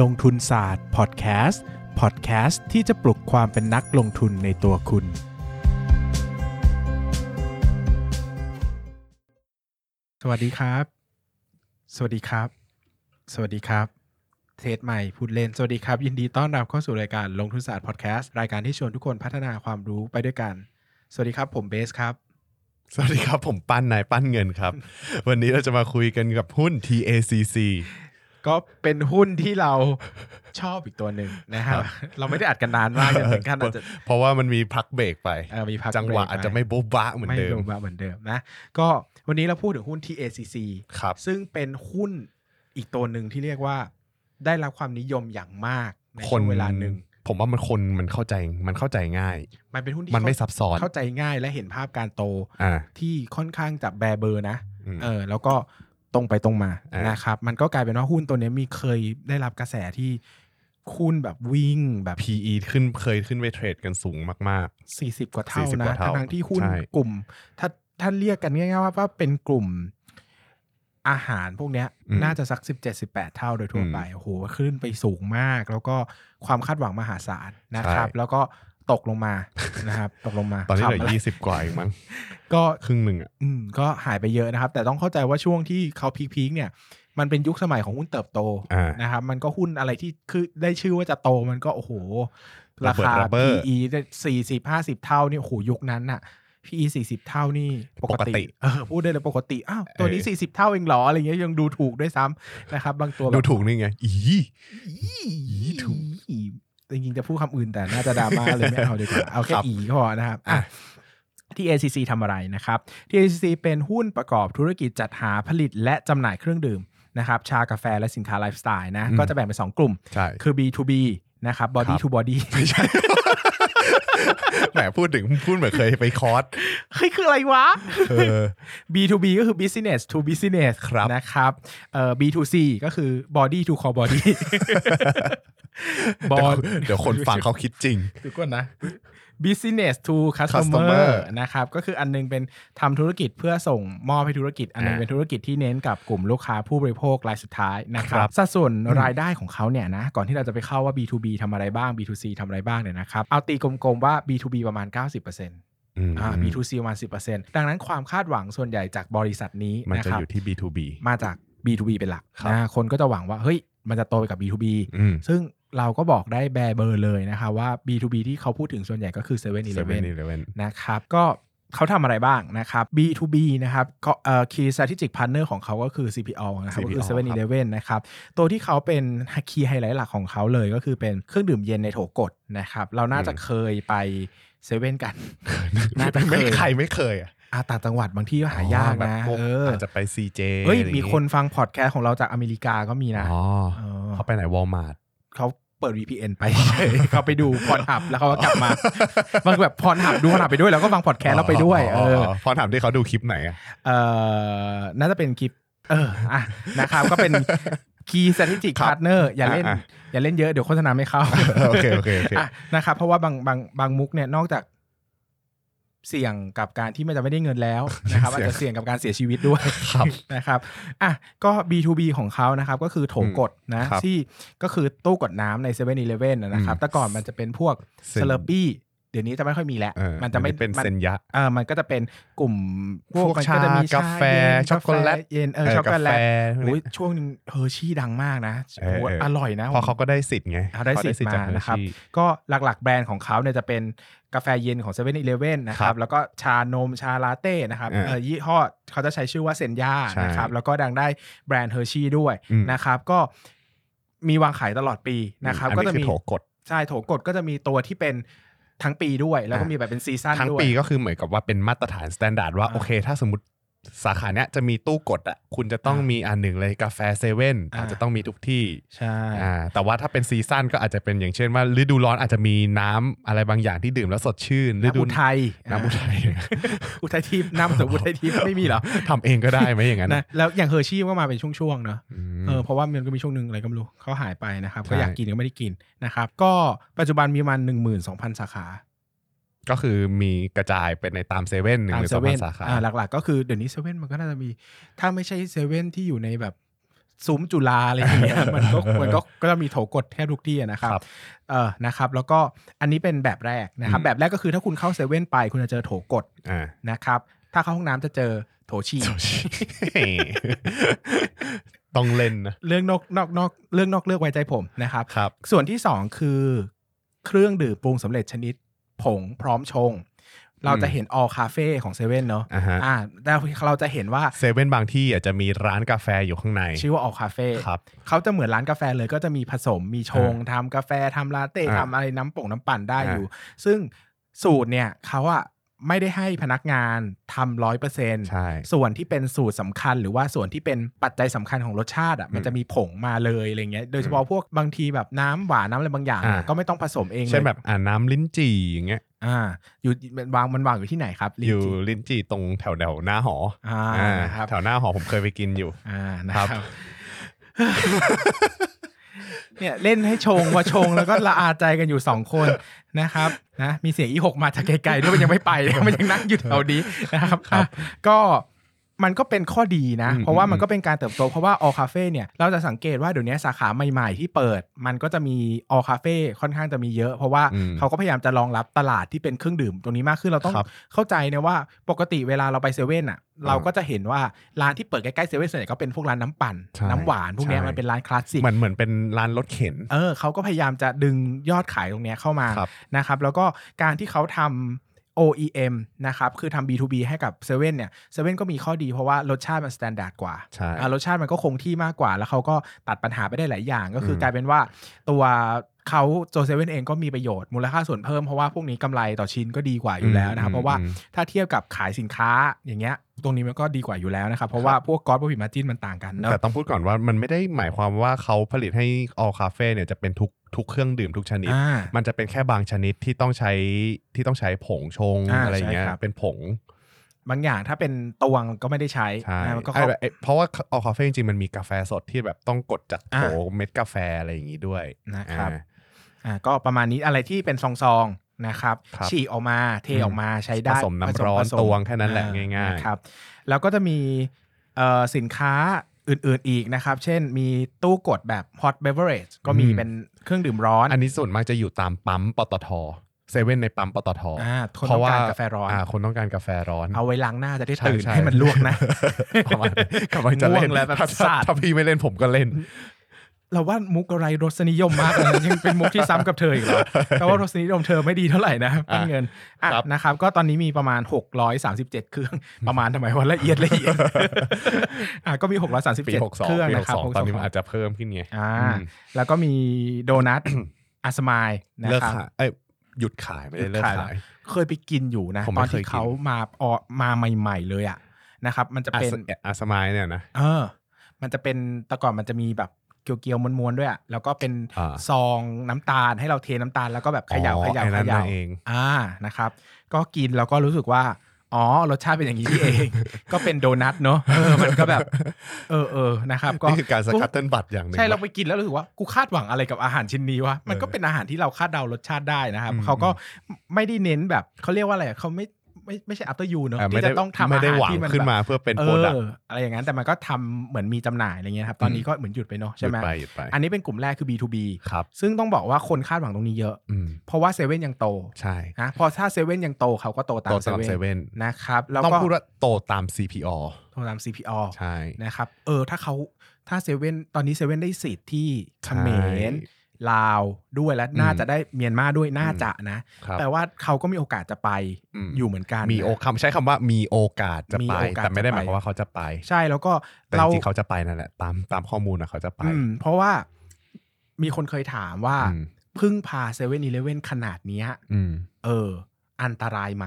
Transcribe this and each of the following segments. ลงทุนศาสตร์พอดแคสต์พอดแคสต์ที่จะปลุกความเป็นนักลงทุนในตัวคุณ สวัสดีครับ สวัสดีครับ สวัสดีครับ เทสใหม่พูดเล่น สวัสดีครับ ยินดีต้อนรับเข้าสู่รายการลงทุนศาสตร์พอดแคสต์รายการที่ชวนทุกคนพัฒนาความรู้ไปด้วยกัน สวัสดีครับผมเบสครับ สวัสดีครับ ผมปั้นนายปั้นเงินครับ วันนี้เราจะมาคุยกันกับหุ้น TACC ก็เป็นหุ้นที่เราชอบอีกตัวหนึ่งนะครับ เราไม่ได้อัดกันนานมากจนถึงขั้นอาจจะ เพราะว่ามันมีพักเบรกไป เออมีพัก จังหวะอาจจะไม่โบ๊ะบะเหมือนเดิม ไโบ๊ะเหมือนเดิมนะ ก็วันนี้เราพูดถึงหุ้นที่ ACC ครับ ซึ่งเป็นหุ้นอีกตัวหนึ่งที่เรียกว่า ได้รับความนิยมอย่างมากใน ค ช่วน งเวลาหนึ่ง ผมว่ามันคนมันเข้าใจมันเข้าใจง่าย มันเป็นหุ้นที่ มันไม่ซับซ้อน เข้าใจง่ายและเห็นภาพการโต อ่า ที่ค่อนข้างจะแบเบอร์นะ อืม เออแล้วก็ตรงไปตรงมา อ่าน นะครับ มันก็กลายเป็นว่าหุ้นตัวเนี้ยมีเคยได้รับกระแสที่หุ้นแบบวิ่งแบบ PE ขึ้นเคยขึ้นไปเทรดกันสูงมาก สี่สิบกว่าเท่า 40 นะ กว่าเท่า ทั้งๆที่หุ้น ใช่ กลุ่ม ถ้าถ้าเรียกกันง่ายๆว่าว่าเป็นกลุ่มอาหารพวกเนี้ย น่าจะสักสิบเจ็ดสิบแปดเท่าโดยทั่วไปโอ้โหขึ้นไปสูงมาก แล้วก็ความคาดหวังมหาศาลนะครับ แล้วก็ตกลงมา นะครับ ตกลงมา ๆ ตอนนี้เหลื ค อ รับ 20 กว่าเองมั้ง ก็ ครึ่งหนึ่งอ่ะ อืมก็หายไปเยอะนะครับ แต่ต้องเข้าใจว่าช่วงที่เขาพีคๆเนี่ย มันเป็นยุคสมัยของหุ้นเติบโต อ่า นะครับมันก็หุ้นอะไรที่คือได้ชื่อว่าจะโตมันก็โอ้โห รา ระเบิด คา ระเบ้อ PE สี่สิบห้าสิบเท่านี่โอ้โหยุคนั้นน่ะ PE สี่สิบเท่านี่ปก ปกติ ติเออพูดได้เลยปกติอ้าวตัวนี้ เออ สี่สิบเท่าเองเหรออะไรเงี้ยยังดูถูกด้วยซ้ำนะครับ บางตัวแบ ดู บ ถูกนี่ไงอี อี อีถูก อีจริงๆจะพูดคำอื่นแต่น่าจะดราม่าเลยไม่เอาดีกว่าเอาแค่ ครับ อีก็พอนะครับอ่ะ อ่ะ ที่ ACC ทำอะไรนะครับ ที่ ACC เป็นหุ้นประกอบธุรกิจจัดหาผลิตและจำหน่ายเครื่องดื่มนะครับชากาแฟและสินค้าไลฟ์สไตล์นะก็จะแบ่งเป็นสองกลุ่ม ใช่ คือ B2B นะครับ body ครับ to body ไม่ใช่ แหมพูดถึงพูดเหมือนเคยไปคอร์ส เฮ้ยคืออะไรวะ เออ B2B ก็คือ business to business ครับ นะครับเอ่อ B2C ก็คือ body to core body เดี๋ยวเดี๋ยวคนฟังเขาคิดจริง ดูก่อนนะ business to customer, Customer นะครับ ก็คืออันนึงเป็นทำธุรกิจเพื่อส่งมอบให้ธุรกิจ อันนึง อ่า เป็นธุรกิจที่เน้นกับกลุ่มลูกค้าผู้บริโภครายสุดท้ายนะครับ ครับ สัดส่วนรายได้ของเขาเนี่ยนะ ก่อนที่เราจะไปเข้าว่า B2B ทำอะไรบ้าง B2C ทำอะไรบ้างเนี่ยนะครับ เอาตีกลมๆว่า B2B ประมาณ 90% อืม อ่า B2C ประมาณ 10%ดังนั้นความคาดหวังส่วนใหญ่จากบริษัทนี้ มัน นะ จะ ครับ อยู่ที่ B2B มาจาก B2B เป็นหลัก ครับ นะ คนก็จะหวังว่า เฮ้ย มันจะโตไปกับ B2B อืม ซึ่งเราก็บอกได้แบร์เบอร์เลยนะคะว่า B2B ที่เขาพูดถึงส่วนใหญ่ก็คือ7 e เ e ่ เว่นอี e เลเว่น นะครับ ก็เขาทำอะไรบ้างนะครับ B2B นะครับก็เอ่อ Key Strategic Partner ของเขาก็คือ CPO นะครับก็คือ CPO 7 e ครับ เ e ่ e นะครับ ตัวที่เขาเป็น Key Highlight หลักของเขาเลยก็คือเป็นเครื่องดื่มเย็นในโถกดนะครับ เราน่าจะเคยไปเซเว่นกัน น่าจะเคย ไม่ใครไม่เคยอ่ะ อาต่างจังหวัดบางที่ก็หายาก อ๋อแบบ นะ พวก เออ อาจจะไป CJ เฮ้ย อะไรอาง มี งี้ คนฟังพอดแคสต์ของเราจากอเมริกาก็มีนะ อ๋อ เออ เขาไปไหนวอลมาร์ท เขาเปิด VPN ไป เขาไปดูพรหับแล้วเขาก็กลับมา บางแบบพรหับดูพรหับไปด้วยแล้วก็ฟังพอดแคสต์เราไปด้วย เออ พอถามที่เขาดูคลิปไหนอ่ะ เออน่าจะเป็นคลิป เอออ่ะนะครับ ก็เป็น Key Strategic ครับ Partner อย่าเล่น อ่ะ อย่าเล่นเยอะเดี๋ยวโฆษณาไม่เข้า โอเคโอเคโอเค อ่ะนะครับเพราะว่าบางบางบางมุกเนี่ยนอกจากเสี่ยงกับการที่มันจะไม่ได้เงินแล้วนะครับอาจจะเสี่ยงกับการเสียชีวิตด้วย ครับ นะครับอ่ะก็ B2B ของเขานะครับก็คือโถกดนะครับ ที่ก็คือตู้กดน้ำใน7 e เ e ่ e อีเลนะครับ อืม แต่ก่อนมันจะเป็นพวก เซ็เซนเลปี้เดี๋ยวนี้จะไม่ค่อยมีแล้ว เออ มันจะไม่ เป็น มั เซนยะ เออมันก็จะเป็นกลุ่ม พวก มันก็จะมี ชากาแฟ เย็น ช็อกโกแลต าฟเย็นเออช็อกโกแลต เออกาแฟพวก โอ้ย นี้ ช่วงหนึงเฮอร์ชี่ดังมากนะ เออเอออ อร่อยนะ เพราะเขาก็ได้สิทธิ์ไง อ่าได้สิทธิ์ เข มา ได้สิทธิ์จก นะครับ Hershey ก็หลักๆ แบรนด์ของเขาเนี่ยจะเป็นกาแฟเย็นของ7 e เ e ่ e อีเลนะค ครั รับบ แล้วก็ชานมชาลาเต้นะครับ อ่า เอ่อยี่ห้อเขาจะใช้ชื่อว่าเซนย่า ใช่ นะครับแล้วก็ดังได้แบรนด์เฮอร์ชี่ด้วย อืม นะครับก็มีวางขายตลอดปีนะครับ อั ก็ นนี้ จะ คือ มี โถกด ใช่โถกดก็จะมีตัวที่เป็นทั้งปีด้วย แล้วก็ อ่ามี มีแบบเป็นซีซั่น ทั้ง ด้วย ปีก็คือเหมือนกับว่าเป็นมาตรฐานสแตนดาร์ดว่า อ่า โอเค ถ้าสมมติสาขาเนี้ยจะมีตู้กดอ่ะคุณจะต้องมีอันหนึ่งเลยกาแฟเซเว่น อ่า อาจจะต้องมีทุกที่ ใช่ อ่าแต่ว่าถ้าเป็นซีซั่นก็อาจจะเป็นอย่างเช่นว่า ฤดูร้อนอาจจะมีน้ำอะไรบางอย่างที่ดื่มแล้วสดชื่นฤ น้ำ ดู อุทัย น้ำอุทัย อุทัยทิพย์ น้ำสมอุทัยทิพย์ไม่มีเหรอ ทำเองก็ได้ไหมอย่างนั้น นะแล้วอย่างเฮอร์ชี่ก็มาเป็นช่วงๆเนอะ อืม เออเพราะว่ามันก็มีช่วงหนึ่งอะไรก็ไม่รู้เขาหายไปนะครับ ใช่ ก็อยากกินก็ไม่ได้กินนะครับ ก็ปัจจุบันมีประมาณหนึ่งหมื่นสองพันสาขา ก็คือมีกระจายไปในตามเซเว่นหนึ่ง ตาม หรือ เซ สอง เว่นพันสาขา อ่าหลักๆ ก็คือเดี๋ยวนี้เซเว่นมันก็น่าจะมี ถ้าไม่ใช่เซเว่นที่อยู่ในแบบ ซุ้มจุฬาอะไรอย่างเงี้ย มันก็มันก็ก็จะมีโถกดแทบทุกที่อะนะครับ ครับ เออนะครับแล้วก็อันนี้เป็นแบบแรกนะครับ อืม แบบแรกก็คือถ้าคุณเข้าเซเว่นไปคุณจะเจอโถกด อ่า นะครับ ถ้าเข้าห้องน้ำจะเจอโถฉี่ ต้องเล่นนะ เรื่องนอกนอกนอกเรื่องนอกเลือกไว้ใจผมนะครับ ครับ ส่วนที่สองคือเครื่องดื่มปรุงสำเร็จชนิดผงพร้อมชง เราจะเห็น all cafe ของเซเว่นเนาะ อ่าฮะ อ่าแต่เราจะเห็นว่า เซเว่นบางที่อาจจะมีร้านกาแฟอยู่ข้างใน ชื่อว่า all cafe ครับ เขาจะเหมือนร้านกาแฟเลยก็จะมีผสมมีชงทำกาแฟทำลาเต้ อ่า ทำอะไรน้ำป่งน้ำปั่นได้ อ่า อยู่ ซึ่งสูตรเนี่ยเขาอะไม่ได้ให้พนักงานทำร้อยเปอร์เซ็นต์ ใช่ ส่วนที่เป็นสูตรสำคัญหรือว่าส่วนที่เป็นปัจจัยสำคัญของรสชาติอ่ะมันจะมีผงมาเลยอะไรเงี้ยโดยเฉพาะพวกบางทีแบบน้ำหวานน้ำอะไรบางอย่างเนี่ย อ่า ก็ไม่ต้องผสมเองเลย เช่นแบบอ่าน้ำลิ้นจี่อย่างเงี้ย อ่าอยู่มันวางมันวางอยู่ที่ไหนครับลิ้ อน ยู่ จี่ ลิ้นจี่ตรงแถวแถวหน้าหอ อ่า อ่า นะครับ แถวหน้าหอผมเคยไปกินอยู่ อ่านะ ค ค รั รับ บ เนี่ยเล่นให้ชงพอชงแล้วก็ละอาใจกันอยู่สองคนนะครับนะมีเสียงอีหกมาจากไกลๆด้วยมันยังไม่ไปเลย มันยังนั่งอยู่แถวนี้นะครับ ครับ อ่ะก็มันก็เป็นข้อดีนะ อืม เพราะว่า อืม มันก็เป็นการเติบโตเพราะว่า all cafe เนี่ยเราจะสังเกตว่าเดี๋ยวนี้สาขาใหม่ ๆ ที่เปิด มันก็จะมี all cafe ค่อนข้างจะมีเยอะ เพราะว่า อืม เขาก็พยายามจะรองรับตลาดที่เป็นเครื่องดื่มตรงนี้มากขึ้นเราต้อง ครับ เข้าใจนะว่าปกติเวลาเราไปเซเว่นอ่ะ เรา อืม ก็จะเห็นว่าร้านที่เปิดใกล้ๆเซเว่นส่วนใหญ่ก็เป็นพวกร้านน้ำปั่น ใช่ น้ำหวานพวกเนี้ย ใช่ มันเป็นร้านคลาสสิก เหมือนเหมือนเป็นร้านรถเข็น เออเขาก็พยายามจะดึงยอดขายตรงเนี้ยเข้ามา ครับ นะครับ แล้วก็การที่เขาทำ OEM นะครับ คือทำ B2B ให้กับเซเว่นเนี่ยเซเว่นก็มีข้อดีเพราะว่ารสชาติมัน s t ต n d า r d กว่า ใช่ อ่ะรสชาติมันก็คงที่มากกว่า แล้วเขาก็ตัดปัญหาไปได้หลายอย่าง ก็คืออ ม กลายเป็นว่าตัวเขาโจเซเว่นเองก็มีประโยชน์ มูลค่าส่วนเพิ่มเพราะว่าพวกนี้กำไรต่อชิ้นก็ดีกว่าอยู่แล้วนะครับ เพราะว่า อืม ถ้าเทียบกับขายสินค้าอย่างเงี้ยตรงนี้มันก็ดีกว่าอยู่แล้วนะครับเพราะว่าพวกกอสพวกพิมาจินมันต่างกันเนอะ แต่ต้องพูดก่อนว่ามันไม่ได้หมายความว่าเขาผลิตให้ all cafe เนี่ยจะเป็นทุกทุกเครื่องดื่มทุกชนิด อ่า มันจะเป็นแค่บางชนิดที่ต้องใช้ที่ต้องใช้ผงชง อ่า อะไรอย่างเงี้ย ใช่ครับ เป็นผง บางอย่างถ้าเป็นตวงก็ไม่ได้ใช้ ใช่ นะมันก็ ไอ้ เข้า แบบไอ้เพราะว่า all cafe จริงๆมันมีกาแฟสดที่แบบต้องกดจากโถ อ่า เม็ดกาแฟอะไรอย่างงี้ด้วย นะครับ อ่า อ่า ก็ประมาณนี้อะไรที่เป็นซองซองๆนะครับ ครับ ฉีกออกมา เทออกมาใช้ ผ ได้ สมน้ำร้อน ผสม ตวงแค่นั้นแหละ อ่ ง่ายๆ นะครับ แล้วก็จะมีเอ่อสินค้าอื่นๆอีกนะครับ เช่นมีตู้กดแบบ hot beverage ก็มีเป็นเครื่องดื่มร้อน อันนี้ส่วนมากจะอยู่ตามปั๊มปตทเซเว่นในปั๊มปตท อ่าคนต้องการกาแฟร้อน าคนต้องการกาแฟร้อน เอาไว้ล้างหน้าจะได้ ใช่ ตื่น ใช่ ให้มันลวกนะ ประมาณนั้นกำลังจะเล่น ง่วงแล้วแบบ ถ้า สาด ถ้าพี่ไม่เล่นผมก็เล่น เราว่ามุกอะไรรสนิยมมากเลยนะ ยังเป็นมุกที่ซ้ำกับเธออีกเหรอแต่ว่ารสนิยมเธอไม่ดีเท่าไหร่นะ อ่ะ เป้นเงินอ่ะ ครับ นะครับ ก็ตอนนี้มีประมาณ 637 เครื่อง ประมาณทำไมวันละเอียดละเอียด อ่ะก็มี 637 ปีหกสอง เครื่อง ปีห นะ ก ครับ สอง 6 ตอนนี้มันอาจจะเพิ่มขึ้นไง อ่า อืม แล้วก็มีโดนัท อัสมายนะ เลิก ครับ ขายเอ้ยหยุดขายไม่ได้เลิกขาย เคยไปกินอยู่นะ ผม ตอไม่น เคยกิ ที่ น เขามาออกมาใหม่ ๆ เลยอ่ะนะครับ มันจะ อา เป็น สอาสมายเนี่ยนะ เออ มันจะเป็นแต่ก่อนมันจะมีแบบเกลียวๆม้วนๆด้วยอะแล้วก็เป็น อ่า ซองน้ำตาลให้เราเทน้ำตาลแล้วก็แบบเขย่า อ๋อ เขย่า ไอ้ เข นั่น ย่า น่ะเอง อ่านะครับ ก็กินแล้วก็รู้สึกว่า อ๋อ รสชาติเป็นอย่างนี้นี่เอง ก็เป็นโดนัทเนอะเออมันก็แบบ เออเออนะครับ ก็ นี่คือการสกัดเต้นบัตรอย่างหนึ่ง ใช่เรา นะ ไปกินแล้วรู้สึกว่ากูคาดหวังอะไรกับอาหารชิ้นนี้วะมันก็เป็นอาหารที่เราคาดเดารสชาติได้นะครับ อืม เขาก็ไม่ได้เน้นแบบเขาเรียกว่าอะไรอะเขาไม่ไม่ไม่ใช่อัปเตอร์ยูเนอะ อ่าไม่ ที่ ได้ จะต้องทำ ไม่ อา ได้ หาร หวัง ที่มัน ขึ้น แบบ มาเพื่อเป็นโปรดัก เออต์อะไรอย่างนั้นแต่มันก็ทำเหมือนมีจำหน่ายอะไรเงี้ยครับ ตอนนี้ก็เหมือนหยุดไปเนาะ หยุ ใช่ ด ไหม ไปหยุดไป อันนี้เป็นกลุ่มแรกคือ B2B ครับ ซึ่งต้องบอกว่าคนคาดหวังตรงนี้เยอะ อืม เพราะว่าเซเว่นยังโต ใช่ นะพอถ้าเซเว่นยังโตเขาก็โตตา โต ม ตาม เซ เซ เว่น เว่น นะครับแล้ว ต้อง ก็ พูดว่าโตตาม CPO โตตาม CPO ใช่ นะครับเออถ้าเขาถ้าเซเว่นตอนนี้เซเว่นได้สิทธิ์ที่เขมร ใช่ ลาวด้วยและ อืม น่าจะได้เมียนมาด้วยน่า อืม จะนะครับ แปลว่าเขาก็มีโอกาสจะไป อืม อยู่เหมือนกัน มี นะ โอคำใช้คำว่ามีโอกาสจะ มี ไป โอกาส แต่ไม่ได้ จะ ห ไป มายความว่าเขาจะไป ใช่แล้วก็ แต่จ เรา ริงๆเขาจะไปนั่นแหละตามตามข้อมูลนะเขาจะไป อืมเพราะว่ามีคนเคยถามว่า อืม พึ่งพาเซเว่นอีเลเว่นขนาดเนี้ย อืม เออ อันตรายไหม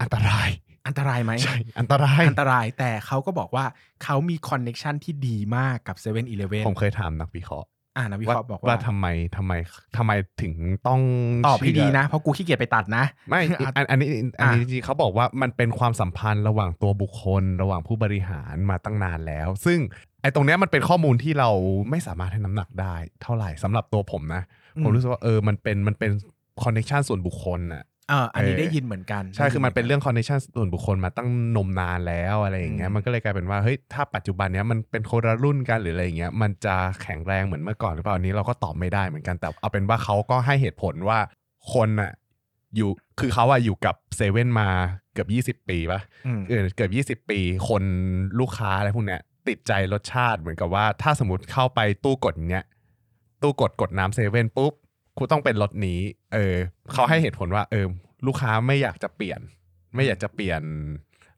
อันตราย อันตรายไหม ใช่อันตราย อันตรายแต่เขาก็บอกว่าเขามีคอนเน็ชันที่ดีมากกับเซเว่นอีเลเว่น ผมเคยถามนักวิเคราะห์ อ่านะวิเคราะห์บอก ว่า ว่า ทำไมทำไมทำไมถึงต้อง ตอบให้ดี เชื่ นะ เพราะกูขี้เกียจไปตัดนะ ไม่อันอันอันนี้อัน อ่ะ นี้จริงๆเขาบอกว่ามันเป็นความสัมพันธ์ระหว่างตัวบุคคล ระหว่างผู้บริหารมาตั้งนานแล้ว ซึ่งไอ้ตรงเนี้ยมันเป็นข้อมูลที่เราไม่สามารถให้น้ำหนักได้ เท่าไหร่สำหรับตัวผมนะ ผมรู้สึกว่าเออมันเป็นมันเป็นคอนเนคชันส่วนบุคคลน่ะ เอออันนี้ เออ ได้ยินเหมือนกัน ใช่ คือมันเป็น ได้ยิหกั เรื่องคอนเนคชั่นส่วนบุคคลมาตั้งนมนานแล้วอะไรอย่างเงี้ย อืม มันก็เลยกลายเป็นว่า เฮ้ย ถ้าปัจจุบันเนี้ยมันเป็นคนละรุ่นกันหรืออะไรอย่างเงี้ย มันจะแข็งแรงเหมือนเมื่อก่อนหรือเปล่า อันนี้เราก็ตอบไม่ได้เหมือนกัน แต่เอาเป็นว่าเขาก็ให้เหตุผลว่าคนอะอยู่ คือเขาอะอยู่กับเซเว่นมาเกือบ 20 ปีปะ อืม เออเกือบ20 ปี คนลูกค้าอะไรพวกเนี้ย ติดใจรสชาติเหมือนกับว่า ถ้าสมมติเข้าไปตู้กดเนี้ยตู้กดกดน้ำเซเว่นปุ๊บกูต้องเป็นรสนี้ เออเขาให้เหตุผลว่า เออ ลูกค้าไม่อยากจะเปลี่ยน ไม่อยากจะเปลี่ยน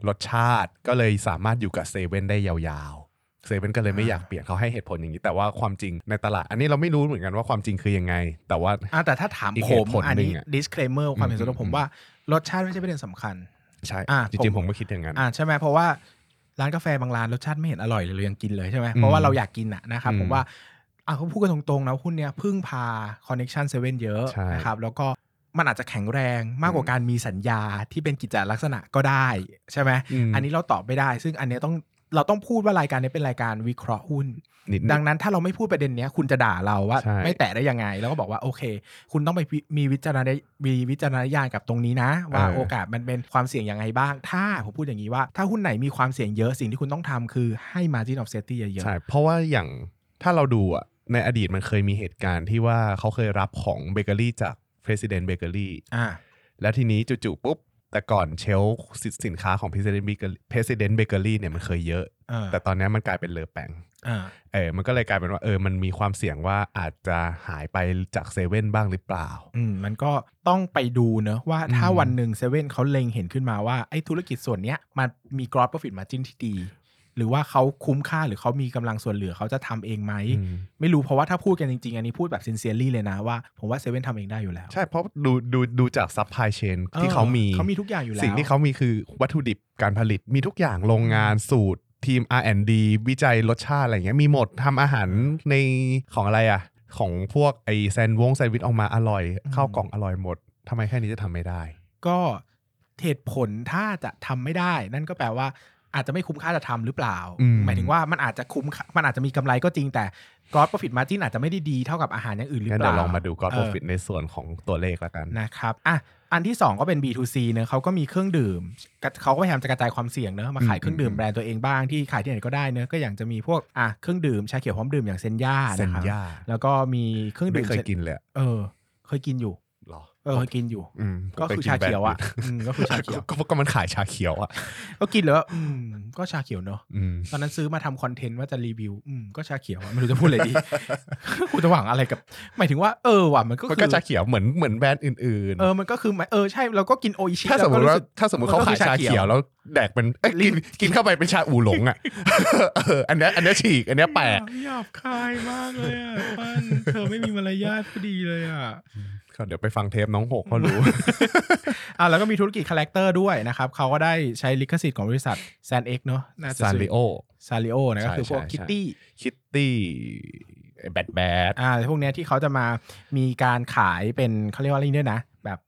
รสชาติก็เลยสามารถอยู่กับเซเว่นได้ยาวๆเซเว่นก็เลยไม่อยากเปลี่ยนเขาให้เหตุผลอย่างนี้ แต่ว่าความจริงในตลาด อันนี้เราไม่รู้เหมือนกันว่าความจริงคือยังไง แต่ว่า อ่ะแต่ถ้าถาม อีก ผ เหตุ ม ผล อัน หนึ่ นี้ งอะ disclaimer ความเห็นส่วนตัวผมว่า รสชาติไม่ใช่ประเด็นสำคัญ ใช่ อ่ะ จริงๆ ผ ผม มก็คิดอย่างนั้น อ่าใช่ไหมเพราะว่าร้านกาแฟบางร้านรสชาติไม่เห็นอร่อยเลยเรายังกินเลยใช่ไหม อืม เพราะว่าเราอยากกินอะนะครับ อืม ผมว่าอ่ะเขาพูดกันตรงๆนะหุ้นเนี้ยพึ่งพาคอนเน็ชันเซเว่นเยอะ ใช่ นะครับแล้วก็มันอาจจะแข็งแรงมากกว่าการมีสัญญาที่เป็นกิจลักษณะก็ได้ใช่ไหม อืม นนี้เราตอบไม่ได้ ซึ่งอันเนี้ยต้องเราต้องพูดว่ารายการนี้เป็นรายการวิเคราะห์หุ้น นิดนึ ดั ง งนั้นถ้าเราไม่พูดประเด็นเนี้ยคุณจะด่าเราว่า ใช่ ไม่แตะได้ยังไง แล้วก็บอกว่าโอเค คุณต้องไปวิมีวิจารณมีวิจารณญาณกับตรงนี้นะ ว่าโอกาสมันเป็นความเสี่ยงยังไงบ้าง ถ้าผมพูดอย่างนี้ว่า ถ้าหุ้นไหนมีความเสี่ยงเยอะสิ่งที่คุณต้องทำคือให้ margin of safety เยอะ ใช่ เพราะว่าอย่างถ้าเราดูอ่ะในอดีตมันเคยมีเหตุการณ์ที่ว่าเขาเคยรับของเบเกอรี่จาก President Bakery ๆอ่า แล้วทีนี้จู่ๆปุ๊บ แต่ก่อนเชลฟ์สินค้าของ President Bakery President Bakery เนี่ยมันเคยเยอะ เออ แต่ตอนเนี้ยมันกลายเป็นเลอแปง อ่า เออมันก็เลยกลายเป็นว่าเออมันมีความเสี่ยงว่าอาจจะหายไปจากเซเว่นบ้างหรือเปล่า อืมมันก็ต้องไปดูเนอะว่าถ้า อืม วันหนึ่งเซเว่นเขาเล็งเห็นขึ้นมาว่าไอ้ธุรกิจส่วนเนี้ยมันมี gross profit margin ที่ดี หรือว่าเขาคุ้มค่าหรือเขามีกำลังส่วนเหลือเขาจะทำเองไหม อืม ไม่รู้เพราะว่าถ้าพูดกันจริงๆ อันนี้พูดแบบซินเซียรี่เลยนะว่า ผมว่าเซเว่นทำเองได้อยู่แล้ว ใช่เพราะดูดูดูจากซัพพลายเชนที่เขามี เขามีทุกอย่างอยู่แล้ว สิ่งที่เขามีคือวัตถุดิบการผลิตมีทุกอย่างโรงงานสูตรทีม R&D วิจัยรสชาติอะไรเงี้ยมีหมดทำอาหารในของอะไรอ่ะ ของพวกไอแซนด์วงแซนด์วิชออกมาอร่อยข้าวกล่องอร่อยหมดทำไมแค่นี้จะทำไม่ได้ ก็เหตุผลถ้าจะทำไม่ได้ นั่นก็แปลว่าอาจจะไม่คุ้มค่าจะทำหรือเปล่า อืม หมายถึงว่ามันอาจจะคุ้มค่ามันอาจจะมีกำไรก็จริงแต่ gross profit margin อาจจะไม่ได้ดีเท่ากับอาหารอย่างอื่นหรือ งั้น เป เดี๋ย ล่าว ลองมาดูกอด เ โปรฟิตในส่วนของตัวเลขแล้วกัน นะครับ อ่ะ อันที่ 2 ก็เป็น B2C เนอะเขาก็มีเครื่องดื่ม เขาก็พยายามจะกระจายความเสี่ยงเนอะมาขาย อืม เครื่องดื่มแบรนด์ตัวเองบ้างที่ขายที่ไหนก็ได้เนอะก็อย่างจะมีพวก อ่ะ เครื่องดื่มชาเขียวพร้อมดื่มอย่างเซนย่า เซ นะ น ครับ ย่า แล้วก็มีเครื่อง ไม่ ดื่ม เคยกินเลยอะ เออ เคยกินอยู่ หรอ เออ เคยกินอยู่ อืม ก็คือชาเขียวอ่ะอืมก็คือชาเขียว ก็ก็มันขายชาเขียวอ่ะ ก็กินแล้วอืม ก็ชาเขียวเนอะ อืม ตอนนั้นซื้อมาทำคอนเทนต์ว่าจะรีวิว อืม ก็ชาเขียวอะไม่รู้จะพูดอะไร ดี กูจะหวังอะไรกับ หมายถึงว่า เออว่ะ มันก็ มัน คื ก็ อ ชาเขียวเหมือนเหมือนแบรนด์อื่นๆ เออ มันก็คือหมายเออ ใช่ เราก็กินโออิชิ ถ้าสมมติ แล้วก็ ว่า รู้สึก ถ้าสมมติเขาขายชาเขียวแล้วแดกเป็นเอ้ยกินกินเข้าไปเป็นชาอูหลง อ่ะ เอออันเนี้ยอันเนี้ยฉีก อันเนี้ยแปลก หยาบคายมากเลยอ่ะปั้นเธอไม่มีมารยาทผู้ดีเลยอ่ะ ก็เดี๋ยวไปฟังเทปน้องหกเขารู้ อ่ะแล้วก็มีธุรกิจคาแรคเตอร์ด้วยนะครับ เขาก็ได้ใช้ลิขสิทธิ์ของบริษัทแซนเอ็กเนาะน่าจะ ซานริโอ ซาริโอนะก็คือพวก ใช่ใช่ คิตตี้ คิตตี้แบดแบด อ่าพวกเนี้ยที่เขาจะมามีการขายเป็นเขาเรียกว่าอะไรเนี่ยนะ แบบ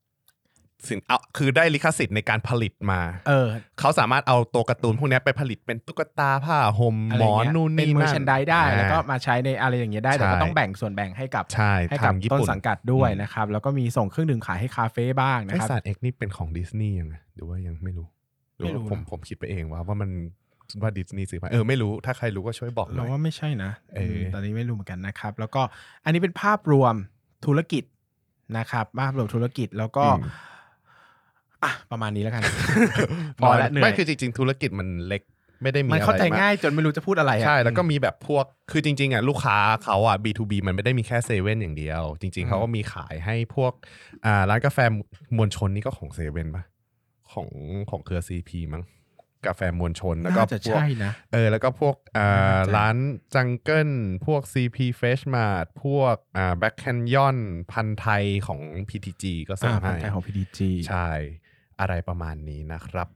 สินเอาคือได้ลิขสิทธิ์ในการผลิตมา เออ เขาสามารถเอาตัวการ์ตูนพวกเนี้ยไปผลิตเป็นตุ๊กตาผ้าห่ม อะ ห ไร มอน เงี้ย นู่น เป็ นี่ นเมอ นั่ ร์ น ชันดายได้แล้วก็ อ่า มาใช้ในอะไรอย่างเงี้ยได้แต่ก็ ใช่ ต้องแบ่งส่วนแบ่งให้กับ ใช่ ให้กั ทางญี่ ต้น ปุ่น สังกัดด้วยนะครับแล้วก็มีส่งเครื่องดื่มขายให้คาเฟ่บ้างนะ ไอ ครับ ซานเอ็กนี่เป็นของดิสนีย์ยังไงหรือว่ายังไม่รู้หรือ ไม่รู้ ว่าผม นะ ผมคิดไปเองว่าว่ามันว่าดิสนีย์ซื้อมาเออไม่รู้ถ้าใครรู้ก็ช่วยบอกหน่ เรา อย ว่าไม่ใช่นะ เอออื มตอนนี้ไม่รู้เหมือนกันนะครับ แล้วก็อันนี้เป็นภาพรวมธุรกิจนะครับภาพรวมธุรกิจแล้วก็อ่ะประมาณนี้ แล้วกัน พอละเหนื่อย ไม่คือจริงๆ ธุรกิจมันเล็กไม่ได้มี มันเข้าใจ อะไร ง่ายจนไม่รู้จะพูดอะไรอะ ใช่ แล้วก็มีแบบพวกคือจริงๆอ่ะลูกค้าเขาอ่ะ B2B มันไม่ได้มีแค่เซเว่นอย่างเดียว จริง ๆเขาก็มีขายให้พวกอ่าร้านกาแฟมวลชนนี่ก็ของเซเว่นปะของของเครือ CP มั้งกาแฟมวลชนแล้วก็ น่าจะ พวก ใช่นะ เออแล้วก็พวกอ่า น่าจะ ร้านจังเกิลพวก CP f r e s h m a r t พวกอ่าแบ็คแคนยอนพันไทยของ PTG ก็ส่ง อ่า ให้ พันธุ์ไทยของพีดีจี ใช่ อะไรประมาณนี้นะครับ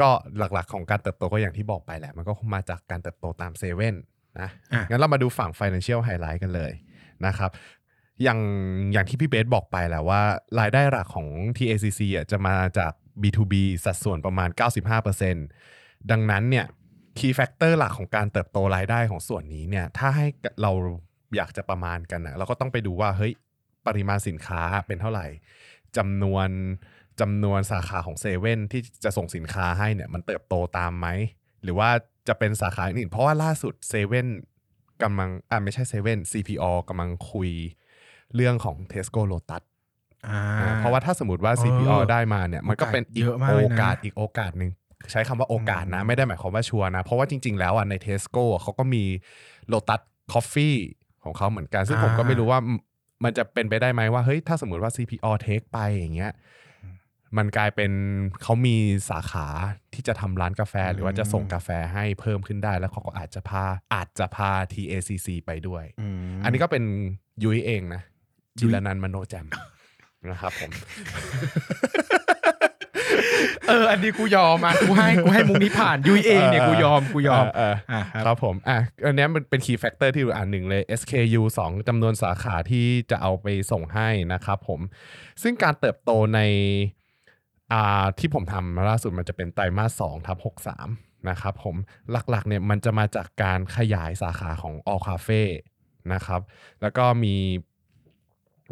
ก็หลักๆของการเติบโตก็อย่างที่บอกไปแหละ มันก็คงมาจากการเติบโตตามเซเว่นนะ อ่ะ งั้นเรามาดูฝั่ง Financial Highlight กันเลยนะครับ อย่างอย่างที่พี่เบสบอกไปแหละว่า รายได้หลักของ TACC อ่ะจะมาจาก B2B สัดส่วนประมาณ 95%ดังนั้นเนี่ย Key Factor หลักของการเติบโตรายได้ของส่วนนี้เนี่ย ถ้าให้เราอยากจะประมาณกันนะเราก็ต้องไปดูว่าเฮ้ย ปริมาณสินค้าเป็นเท่าไหร่จำนวน จำนวนสาขาของเซเว่นที่จะส่งสินค้าให้เนี่ยมันเติบโตตามไหม หรือว่าจะเป็นสาขาอื่นๆเพราะว่าล่าสุดเซเว่นกำลังอ่าไม่ใช่เซเว่น CPO กำลังคุยเรื่องของ Tesco Lotus อ่า อ่าเพราะว่าถ้าสมมติว่า เออ CPO ได้มาเนี่ยมันก็เป็นอีก เยอะมากเลยนะ โอกาสอีกโอกาสหนึ่งใช้คำว่าโอกาสนะไม่ได้หมายความว่าชัวร์นะ เพราะว่าจริง ๆ แล้วอ่ะในเทสโก้เขาก็มีโ o ตัสคอฟฟี่ของเขาเหมือนกัน ซึ่งผมก็ อ่า ไม่รู้ว่ามันจะเป็นไปได้ไหมว่าเฮ้ยถ้าสมมติว่า CPO เทคไปอย่างเงี้ยมันกลายเป็นเขามีสาขาที่จะทำร้านกาแฟ หรือว่าจะส่งกาแฟให้เพิ่มขึ้นได้แล้วเขาก็อาจจะพาอาจจะพา TACC ไปด้วย อันนี้ก็เป็นยุ้ยเองนะ จิรนันท์มโนแจม นะครับผม เออ อันนี้กูยอมอ่ะกูให้กูให้มุกนี้ผ่านยุยเองเนี่ยกูยอมกูยอม เเ อ่ะค ครับ รับผมอ่ะอันเนี้ยมันเป็น key factor ที่อ่านหนึ่งเลย SKU 2จำนวนสาขาที่จะเอาไปส่งให้นะครับผม ซึ่งการเติบโตในอ่าที่ผมทำล่าสุดมันจะเป็นไตรมาส2ทับ63 นะครับผมหลักๆเนี่ยมันจะมาจากการขยายสาขาของ All Cafe นะครับ แล้วก็มี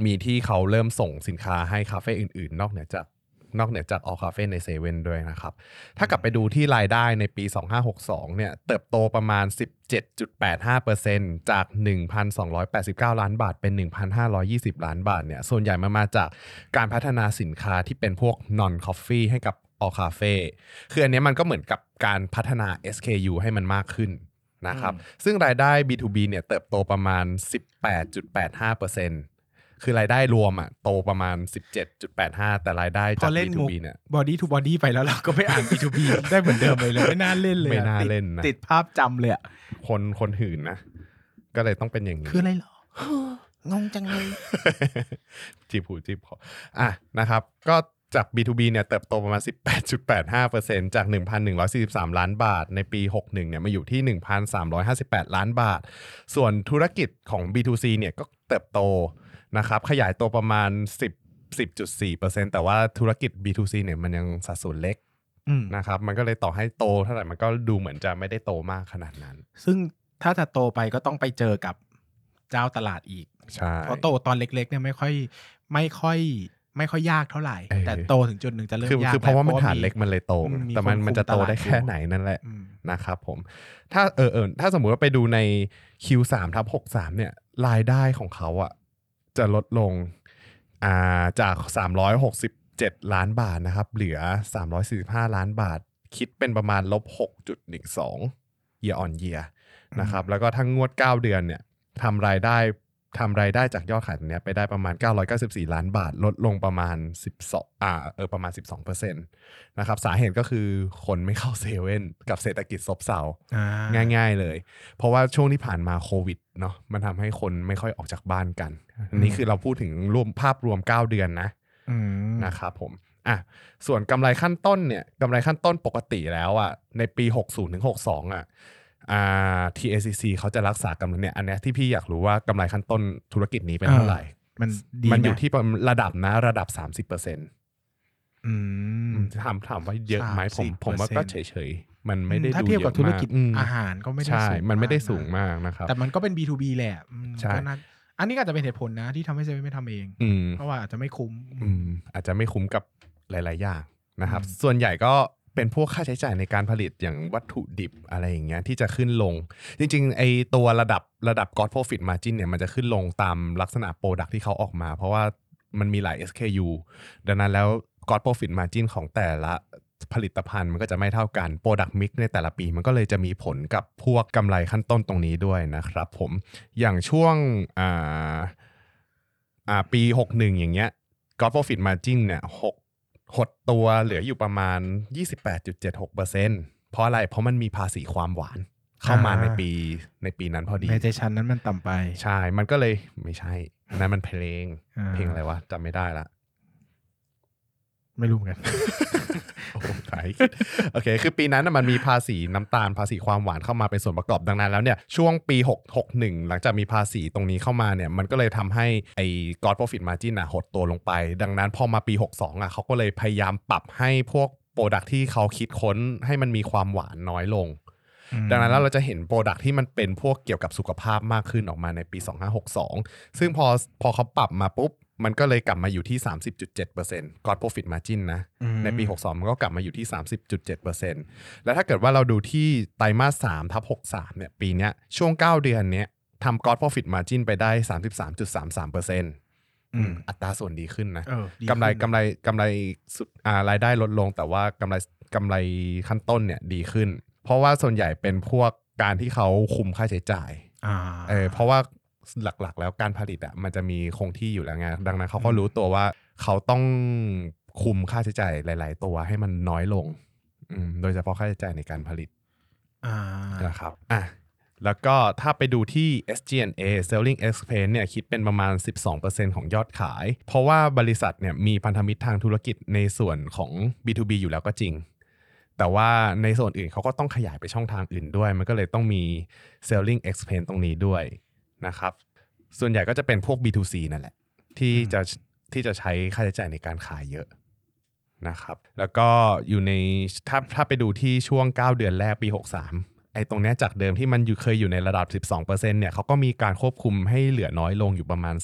มีที่เขาเริ่มส่งสินค้าให้คาเฟ่อื่นๆ นอกเหนือจากนอกเหนือจาก All Cafe ในเซเว่นด้วยนะครับ ถ้ากลับไปดูที่รายได้ในปี 2562 เนี่ย เติบโตประมาณ 17.85%จาก 1,289 ล้านบาท เป็น 1,520 ล้านบาท เนี่ย ส่วนใหญ่มันมาจากการพัฒนาสินค้าที่เป็นพวก non coffee ให้กับ all cafe คืออันเนี้ยมันก็เหมือนกับการพัฒนา SKU ให้มันมากขึ้นนะครับ ซึ่งรายได้ B2B เนี่ย เติบโตประมาณ 18.85%คือรายได้รวมอะโตประมาณ 17.85 แต่รายได้ พ จา อก เล่นมุก B2B เนี่ย บอดี้ทูบอดี้ไปแล้วเราก็ไม่อ่าน B2B ได้เหมือนเดิมเลยเลยไม่น่าเล่นเลยอะ ไม่น่า ติด เล่นนะ ติดภาพจำเลยอะ คนคนหื่นนะ ก็เลยต้องเป็นอย่างนี้ คือ อะไรหรอ งงจังเลย จีบหูจีบคออ่ะนะครับ ก็จาก B2B เนี่ยเติบโตประมาณ 18.85%จาก 1,143 ล้านบาท ในปี 61 เนี่ยมาอยู่ที่ 1,358 ล้านบาท ส่วนธุรกิจของ B2C เนี่ยก็เติบโตนะครับ ขยายตัวประมาณ 10 10.4%แต่ว่าธุรกิจ B2C เนี่ยมันยังสัดส่วนเล็ก อืม นะครับ มันก็เลยต่อให้โตเท่าไหร่มันก็ดูเหมือนจะไม่ได้โตมากขนาดนั้น ซึ่งถ้าจะโตไปก็ต้องไปเจอกับเจ้าตลาดอีก ใช่ เพราะโตตอนเล็กๆเนี่ยไม่ค่อยไม่ค่อย ไม่ค่อยยากเท่าไหร่ เออ แต่โตถึงจุดหนึ่งจะเริ่ม คือ อยาก คือเพราะว่ามัน แล้ ฐานเล็กมันเลยโตไง มี แต่มัน คนคุม มันจะโต ตลาด ได้ อยู่ แค่ไหนนั่นแหละ อืม นะครับผมถ้าเออเออถ้าสมมุติว่าไปดูใน Q3 ทับ63เนี่ยรายได้ของเขาอะจะลดลงอ่าจาก 367 ล้านบาทนะครับ เหลือ 345 ล้านบาท คิดเป็นประมาณลบ 6.12 year on year อืม นะครับแล้วก็ทั้งงวด 9 เดือนเนี่ยทำรายได้ทำรายได้จากยอดขายตรงเนี้ยไปได้ประมาณ 994 ล้านบาท ลดลงประมาณ 12อ่าเออประมาณ 12%นะครับสาเหตุก็คือคนไม่เข้าเซเว่นกับเศรษฐกิจซบเซา อ่า ง่ายๆเลย เพราะว่าช่วงที่ผ่านมาโควิดเนาะมันทำให้คนไม่ค่อยออกจากบ้านกัน อันนี้คือเราพูดถึงรวมภาพรวม 9 เดือนนะ อืม นะครับผมอ่ะส่วนกำไรขั้นต้นเนี่ยกำไรขั้นต้นปกติแล้วอ่ะในปี 60ถึง62อ่ะอ่า TACC เขาจะรักษากำไรเนี่ยอันเนี้ยที่พี่อยากรู้ว่ากำไรขั้นต้นธุรกิจนี้เป็นเท่าไหร่ มันดี มัน ไห อยู่ที่ประมาณระดับนะระดับ 30% อืม ถามถามว่าเยอะไหมผม 30% ผมว่าก็เฉยๆ มันไม่ได้ ถ้า ดู เทียบกับธุรกิจ เยะม อาหารก็ไม่ได้ ใช่ สูง มันไม่ได้ าก สูง นะ มากนะครับ แต่มันก็เป็น B2B แหละอืม ใช่ ก็น่าอันนี้ก็อาจจะเป็นเหตุผลนะที่ทำให้เซเว่นไม่ทำเอง อืม เพราะว่าอาจจะไม่คุ้ม อืมอาจจะไม่คุ้มกับหลาย ๆ อย่างนะครับ อืม ส่วนใหญ่ก็เป็นพวกค่าใช้จ่ายในการผลิตอย่างวัตถุดิบอะไรอย่างเงี้ยที่จะขึ้นลง จริง ๆ ไอตัวระดับระดับ God Profit Margin เนี่ยมันจะขึ้นลงตามลักษณะโปรดักที่เขาออกมา เพราะว่ามันมีหลาย SKU ดังนั้นแล้ว God Profit Margin ของแต่ละผลิตภัณฑ์มันก็จะไม่เท่ากัน Product Mix ในแต่ละปีมันก็เลยจะมีผลกับพวกกำไรขั้นต้นตรงนี้ด้วยนะครับผมอย่างช่วงอ่าอ่าปี 61 อย่างเงี้ย God Profit Margin เนี่ยหกหดตัวเหลืออยู่ประมาณ 28.76%เพราะอะไรเพราะมันมีภาษีความหวาน เข้ามาในปีในปีนั้นพอดี ในใจชั้นนั้นมันต่ำไป ใช่ มันก็เลยไม่ใช่อันนั้นมันเพลง า เพลงอะไรวะจำไม่ได้ละ ไม่รู้เหมือ นกัน โอ้โหสายคิดโอเค คือปีนั้นน่ะมันมีภาษีน้ำตาลภาษีความหวานเข้ามาเป็นส่วนประกอบดังนั้นแล้วเนี่ยช่วงปี 6 6 1 หลังจากมีภาษีตรงนี้เข้ามาเนี่ยมันก็เลยทำให้ไอ้ God Profit Margin น่ะหดตัวลงไป ดังนั้นพอมาปี 62อ่ะเขาก็เลยพยายามปรับให้พวกโปรดักที่เขาคิดค้นให้มันมีความหวานน้อยลง ดังนั้นแล้วเราจะเห็นโปรดักที่มันเป็นพวกเกี่ยวกับสุขภาพมากขึ้นออกมาในปี 2562 ซึ่งพอพอเขาปรับมาปุ๊บ มันก็เลยกลับมาอยู่ที่ 30.7% God Profit Margin นะ ในปี 62 มันก็กลับมาอยู่ที่ 30.7%แล้วถ้าเกิดว่าเราดูที่ไตรมาส3ทับ63 เนี่ย ปีเนี้ยช่วง 9 เดือนเนี้ยทำ God Profit Margin ไปได้ 33.33%อืมอัตราส่วนดีขึ้นนะ เออดี กำไร ขึ้น กำไรกำไรสุดอ่ารายได้ลดลง แต่ว่ากำไรกำไรขั้นต้นเนี่ยดีขึ้น เพราะว่าส่วนใหญ่เป็นพวกการที่เขาคุมค่าใช้จ่าย อ่า เออเพราะว่าหลักๆ แล้วการผลิตอ่ะมันจะมีคงที่อยู่แล้วไงดังนั้นเขาก็รู้ตัวว่าเขาต้องคุมค่าใช้จ่ายหลาย ๆ ตัวให้มันน้อยลงอืมโดยเฉพาะค่าใช้จ่ายในการผลิต อ่า นะครับอ่ะแล้วก็ถ้าไปดูที่ SG&A Selling Expense เนี่ยคิดเป็นประมาณ 12%ของยอดขาย เพราะว่าบริษัทเนี่ยมีพันธมิตรทางธุรกิจในส่วนของ B2B อยู่แล้วก็จริง แต่ว่าในส่วนอื่นเขาก็ต้องขยายไปช่องทางอื่นด้วย มันก็เลยต้องมี Selling Expense ตรงนี้ด้วยนะครับ ส่วนใหญ่ก็จะเป็นพวก B2C นั่นแหละ ที่ อืม จะที่จะใช้ค่าใช้จ่ายในการขายเยอะนะครับ แล้วก็อยู่ในถ้าถ้าไปดูที่ช่วง 9 เดือนแรกปี 63 ไอ้ตรงเนี้ยจากเดิมที่มันอยู่เคยอยู่ในระดับ 12%เนี่ยเขาก็มีการควบคุมให้เหลือน้อยลงอยู่ประมาณ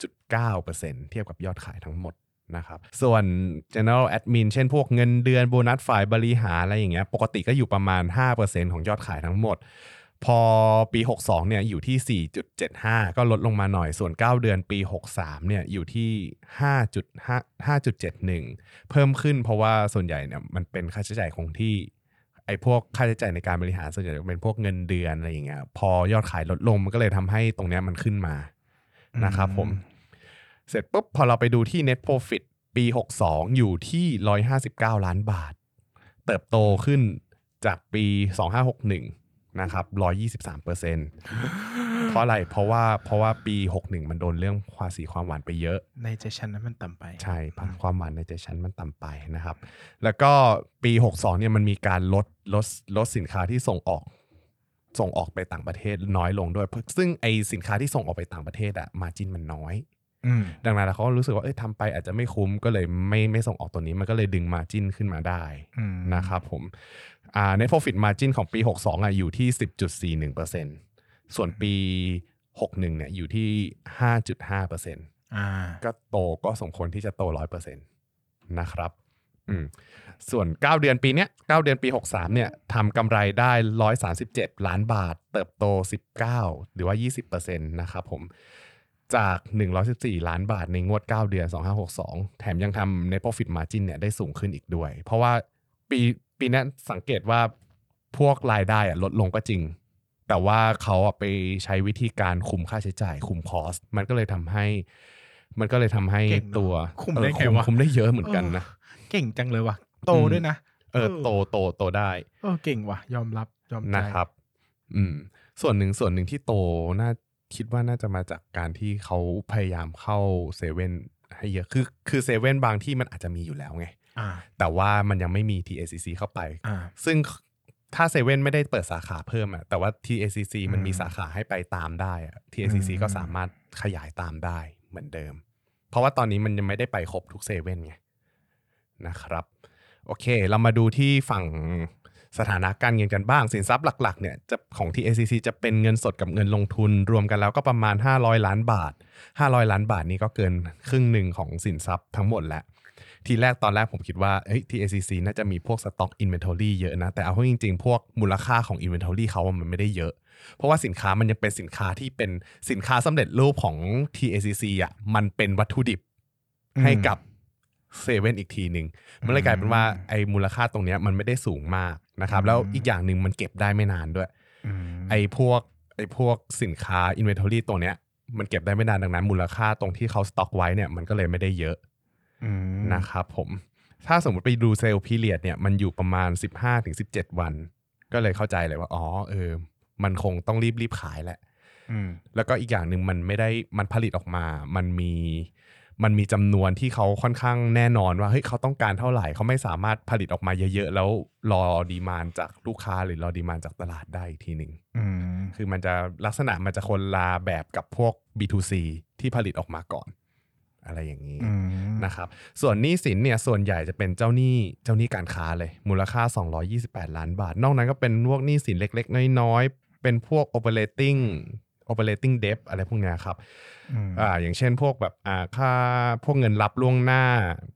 10.9%เทียบกับยอดขายทั้งหมดนะครับ ส่วน general admin เช่นพวกเงินเดือนโบนัสฝ่ายบริหารอะไรอย่างเงี้ยปกติก็อยู่ประมาณ 5%ของยอดขายทั้งหมด พอปี 62 เนี่ยอยู่ที่ 4.75 ก็ลดลงมาหน่อย ส่วน 9 เดือนปี 63 เนี่ยอยู่ที่ 5.5 5.71 เพิ่มขึ้นเพราะว่าส่วนใหญ่เนี่ยมันเป็นค่าใช้จ่ายคงที่ ไอ้พวกค่าใช้จ่ายในการบริหารส่วนใหญ่จะเป็นพวกเงินเดือนอะไรอย่างเงี้ย พอยอดขายลดลงมันก็เลยทำให้ตรงเนี้ยมันขึ้นมา นะครับผม อืม เสร็จปุ๊บพอเราไปดูที่ net profit ปี 62 อยู่ที่ 159 ล้านบาท เติบโตขึ้นจากปี 2561 นะครับ 123เปอร์เซ็นต์เพราะอะไร เพราะว่าเพราะว่าปี 61 มันโดนเรื่องภาษีความหวานไปเยอะ ในใจฉันนั้นมันต่ำไป ใช่ภาษีความหวานในใจฉันมันต่ำไปนะครับ แล้วก็ปี 62 เนี่ยมันมีการลดลดลดสินค้าที่ส่งออก ส่งออกไปต่างประเทศน้อยลงด้วย ซึ่งไอสินค้าที่ส่งออกไปต่างประเทศอะมาจินมันน้อย อืม ดังนั้นแล้วเขาก็รู้สึกว่าเอ้ยทำไปอาจจะไม่คุ้มก็เลยไม่ไม่ส่งออกตัวนี้มันก็เลยดึงมาจิ้นขึ้นมาได้ อืม นะครับผมอ่า net profit margin ของปี 62อ่ะอยู่ที่ 10.41%ส่วนปี 61เนี่ยอยู่ที่ 5.5% อ่า ก็โตก็สมควรที่จะโต 100%นะครับอืมส่วน 9 เดือนปีเนี้ย9เดือนปี 63เนี่ยทำกำไรได้ 137 ล้านบาท เติบโต 19 หรือว่า 20%นะครับผม จาก 114 ล้านบาทในงวด 9 เดือน 2562 แถมยังทำ net profit margin เนี่ยได้สูงขึ้นอีกด้วย เพราะว่าปีปีนั้นสังเกตว่าพวกรายได้อะลดลงก็จริง แต่ว่าเขาอะไปใช้วิธีการคุมค่าใช้จ่าย คุมคอส มันก็เลยทำให้ มันก็เลยทำให้ เก่งเนอะ ตัว คุมได้ เออ ไงวะ คุมได้เยอะเหมือนกันนะ เก่งจังเลยว่ะ โต อืม ด้วยนะ เออโตโตโตได้ เออเก่งว่ะ ยอมรับยอมใจ นะครับ อืม ส่วนหนึ่งส่วนหนึ่งที่โตน่าคิดว่าน่าจะมาจากการที่เขาพยายามเข้าเซเว่นให้เยอะคือคือเซเว่นบางที่มันอาจจะมีอยู่แล้วไง อ่า แต่ว่ามันยังไม่มี TACC เข้าไป อ่า ซึ่งถ้าเซเว่นไม่ได้เปิดสาขาเพิ่มอะแต่ว่า TACC มันมี อืม สาขาให้ไปตามได้อะ TACC อืม ก็สามารถขยายตามได้เหมือนเดิม เพราะว่าตอนนี้มันยังไม่ได้ไปครบทุกเซเว่นไงนะครับ โอเค เรามาดูที่ฝั่งสถานะการเงินกันบ้าง สินทรัพย์หลักๆเนี่ยจะของ TACC จะเป็นเงินสดกับเงินลงทุน รวมกันแล้วก็ประมาณ 500 ล้านบาท 500 ล้านบาทนี่ก็เกินครึ่งหนึ่งของสินทรัพย์ทั้งหมดแล้ว ทีแรกตอนแรกผมคิดว่าเฮ้ย TACC น่าจะมีพวกสต็อกอินเวนทอรี่เยอะนะ แต่เอาเข้าจริงๆ พวกมูลค่าของอินเวนทอรี่เขาอะมันไม่ได้เยอะ เพราะว่าสินค้ามันยังเป็นสินค้าที่เป็นสินค้าสำเร็จรูปของ TACC อ่ะมันเป็นวัตถุดิบ อืม ให้กับเซเว่นอีกทีหนึ่งมันเลยกลายเป็นว่า อืม ไอ้มูลค่าตรงเนี้ยมันไม่ได้สูงมากนะครับ แล้วอีกอย่างหนึ่งมันเก็บได้ไม่นานด้วย อืม ไอ้พวกไอ้พวกสินค้า inventory ตัวเนี้ยมันเก็บได้ไม่นานดังนั้น มูลค่าตรงที่เขาสต็อกไว้เนี่ยมันก็เลยไม่ได้เยอะ อืม นะครับผม ถ้าสมมติไปดูเซลล์พีเรียดเนี่ยมันอยู่ประมาณ 15-17 วัน ก็เลยเข้าใจเลยว่า อ๋อเออ มันคงต้องรีบรีบขายแหละ อืม แล้วก็อีกอย่างหนึ่งมันไม่ได้มันผลิตออกมา มันมีมันมีจำนวนที่เขาค่อนข้างแน่นอนว่าเฮ้ยเขาต้องการเท่าไหร่เขาไม่สามารถผลิตออกมาเยอะๆแล้วรอดีมานจากลูกค้าหรือรอดีมานจากตลาดได้อีกทีหนึ่ง อืม คือมันจะลักษณะมันจะคนลาแบบกับพวก B2C ที่ผลิตออกมาก่อน อะไรอย่างนี้ อืม นะครับ ส่วนหนี้สินเนี่ยส่วนใหญ่จะเป็นเจ้าหนี้เจ้าหนี้การค้าเลย มูลค่า 228 ล้านบาท นอกนั้นก็เป็นพวกหนี้สินเล็กๆ น้อยๆ เป็นพวก operating operating debt อะไรพวกเนี้ยครับ อืม อ่าอย่างเช่นพวกแบบอ่าค่าพวกเงินรับล่วงหน้า